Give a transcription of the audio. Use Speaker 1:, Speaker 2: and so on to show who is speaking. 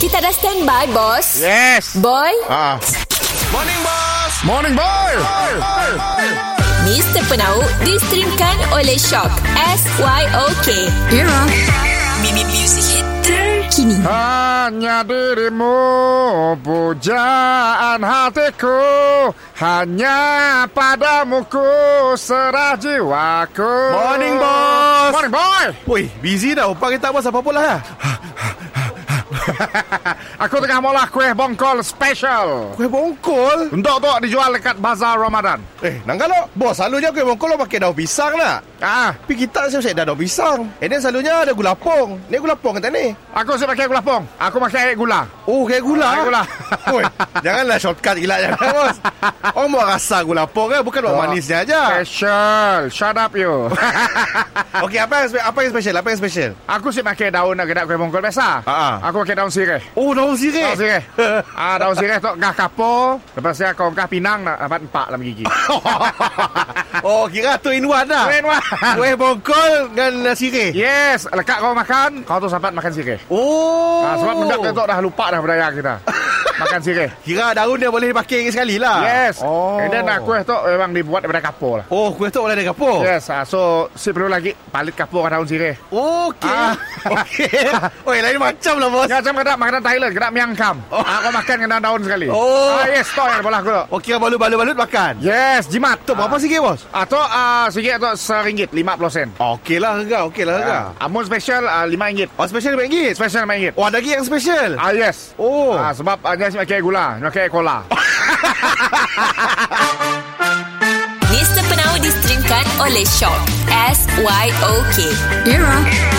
Speaker 1: Kita dah standby, bos.
Speaker 2: Yes.
Speaker 1: Boy,
Speaker 2: Ah.
Speaker 3: Morning Boss
Speaker 2: Morning boy.
Speaker 1: Mr. Penau distrimkan oleh Shock. S-Y-O-K. Era. Mimi Music Hit terkini.
Speaker 2: Hanya dirimu pujaan hatiku Hanya padamu ku serah jiwaku
Speaker 3: Morning, boss.
Speaker 2: Morning boy
Speaker 3: Woi, busy dah Upah kita tak buat apa-apa lah
Speaker 2: Aku tengah mula kuih bongkol special
Speaker 3: Kuih bongkol
Speaker 2: Untuk tu dijual dekat bazar Ramadan
Speaker 3: Eh, nang kalau Bos, selalunya kuih bongkol Lo pakai daun pisang lah
Speaker 2: Ah,
Speaker 3: Tapi kita saya dah daun pisang And then selalunya ada gulapong Ni gulapong kata ni
Speaker 2: Aku si pakai gula pong Aku pakai air gula
Speaker 3: Oh, kayak gula
Speaker 2: Air gula.
Speaker 3: Woi, janganlah shortcut gila Jangan bos Orang buat rasa gulapong kan Bukan buat manisnya aja
Speaker 2: Special Shut up you
Speaker 3: Okey, apa yang, spe- apa yang special? Apa yang special?
Speaker 2: Aku si pakai daun nak gedak kuih bongkol biasa
Speaker 3: Ah, ah.
Speaker 2: Aku pakai daun sirih
Speaker 3: Oh, daun sirih
Speaker 2: Daun sirih ah, Daun sirih tu Gah kapo Lepas tu kau gah pinang nak dapat empat dalam gigi
Speaker 3: Oh, kira tu in one lah
Speaker 2: Keren wah
Speaker 3: Kuih bongkol dengan uh, sirih
Speaker 2: Yes Lekat kau makan Kau tu sempat makan sirih
Speaker 3: Oh
Speaker 2: ah, Sebab benda tu dah lupa dah budaya kita Makan sirih
Speaker 3: Kira daun dia boleh dipakai sekali lah
Speaker 2: Yes
Speaker 3: Oh
Speaker 2: And then ah, kuih tu memang dibuat daripada kapur lah
Speaker 3: Oh kuih tu boleh dari kapur
Speaker 2: Yes ah, So si perlu lagi Palit kapur daun sirih
Speaker 3: Okey
Speaker 2: Ah.
Speaker 3: Okey Oi lain macam lah bos
Speaker 2: Ya, macam kedap makanan Thailand, kedap miang kam. Oh.
Speaker 3: Oh.
Speaker 2: Aku makan kena daun sekali.
Speaker 3: Oh.
Speaker 2: Ah, yes, tu yang bola aku tu.
Speaker 3: Okey balut-balut-balut makan
Speaker 2: Yes, jimat.
Speaker 3: Tu berapa sikit bos?
Speaker 2: Atau uh, sikit atau seringgit, lima puluh sen.
Speaker 3: Oh, Okey lah harga Okey lah harga
Speaker 2: Ah, Amun special uh, lima ringgit.
Speaker 3: Oh special RM5
Speaker 2: Special lima ringgit.
Speaker 3: Oh ada lagi yang special
Speaker 2: Ah, yes.
Speaker 3: Oh
Speaker 2: Ah, sebab uh, dia pakai gula, dia pakai cola.
Speaker 1: Mr. Penau distrimkan oleh Shock. S-Y-O-K. Era.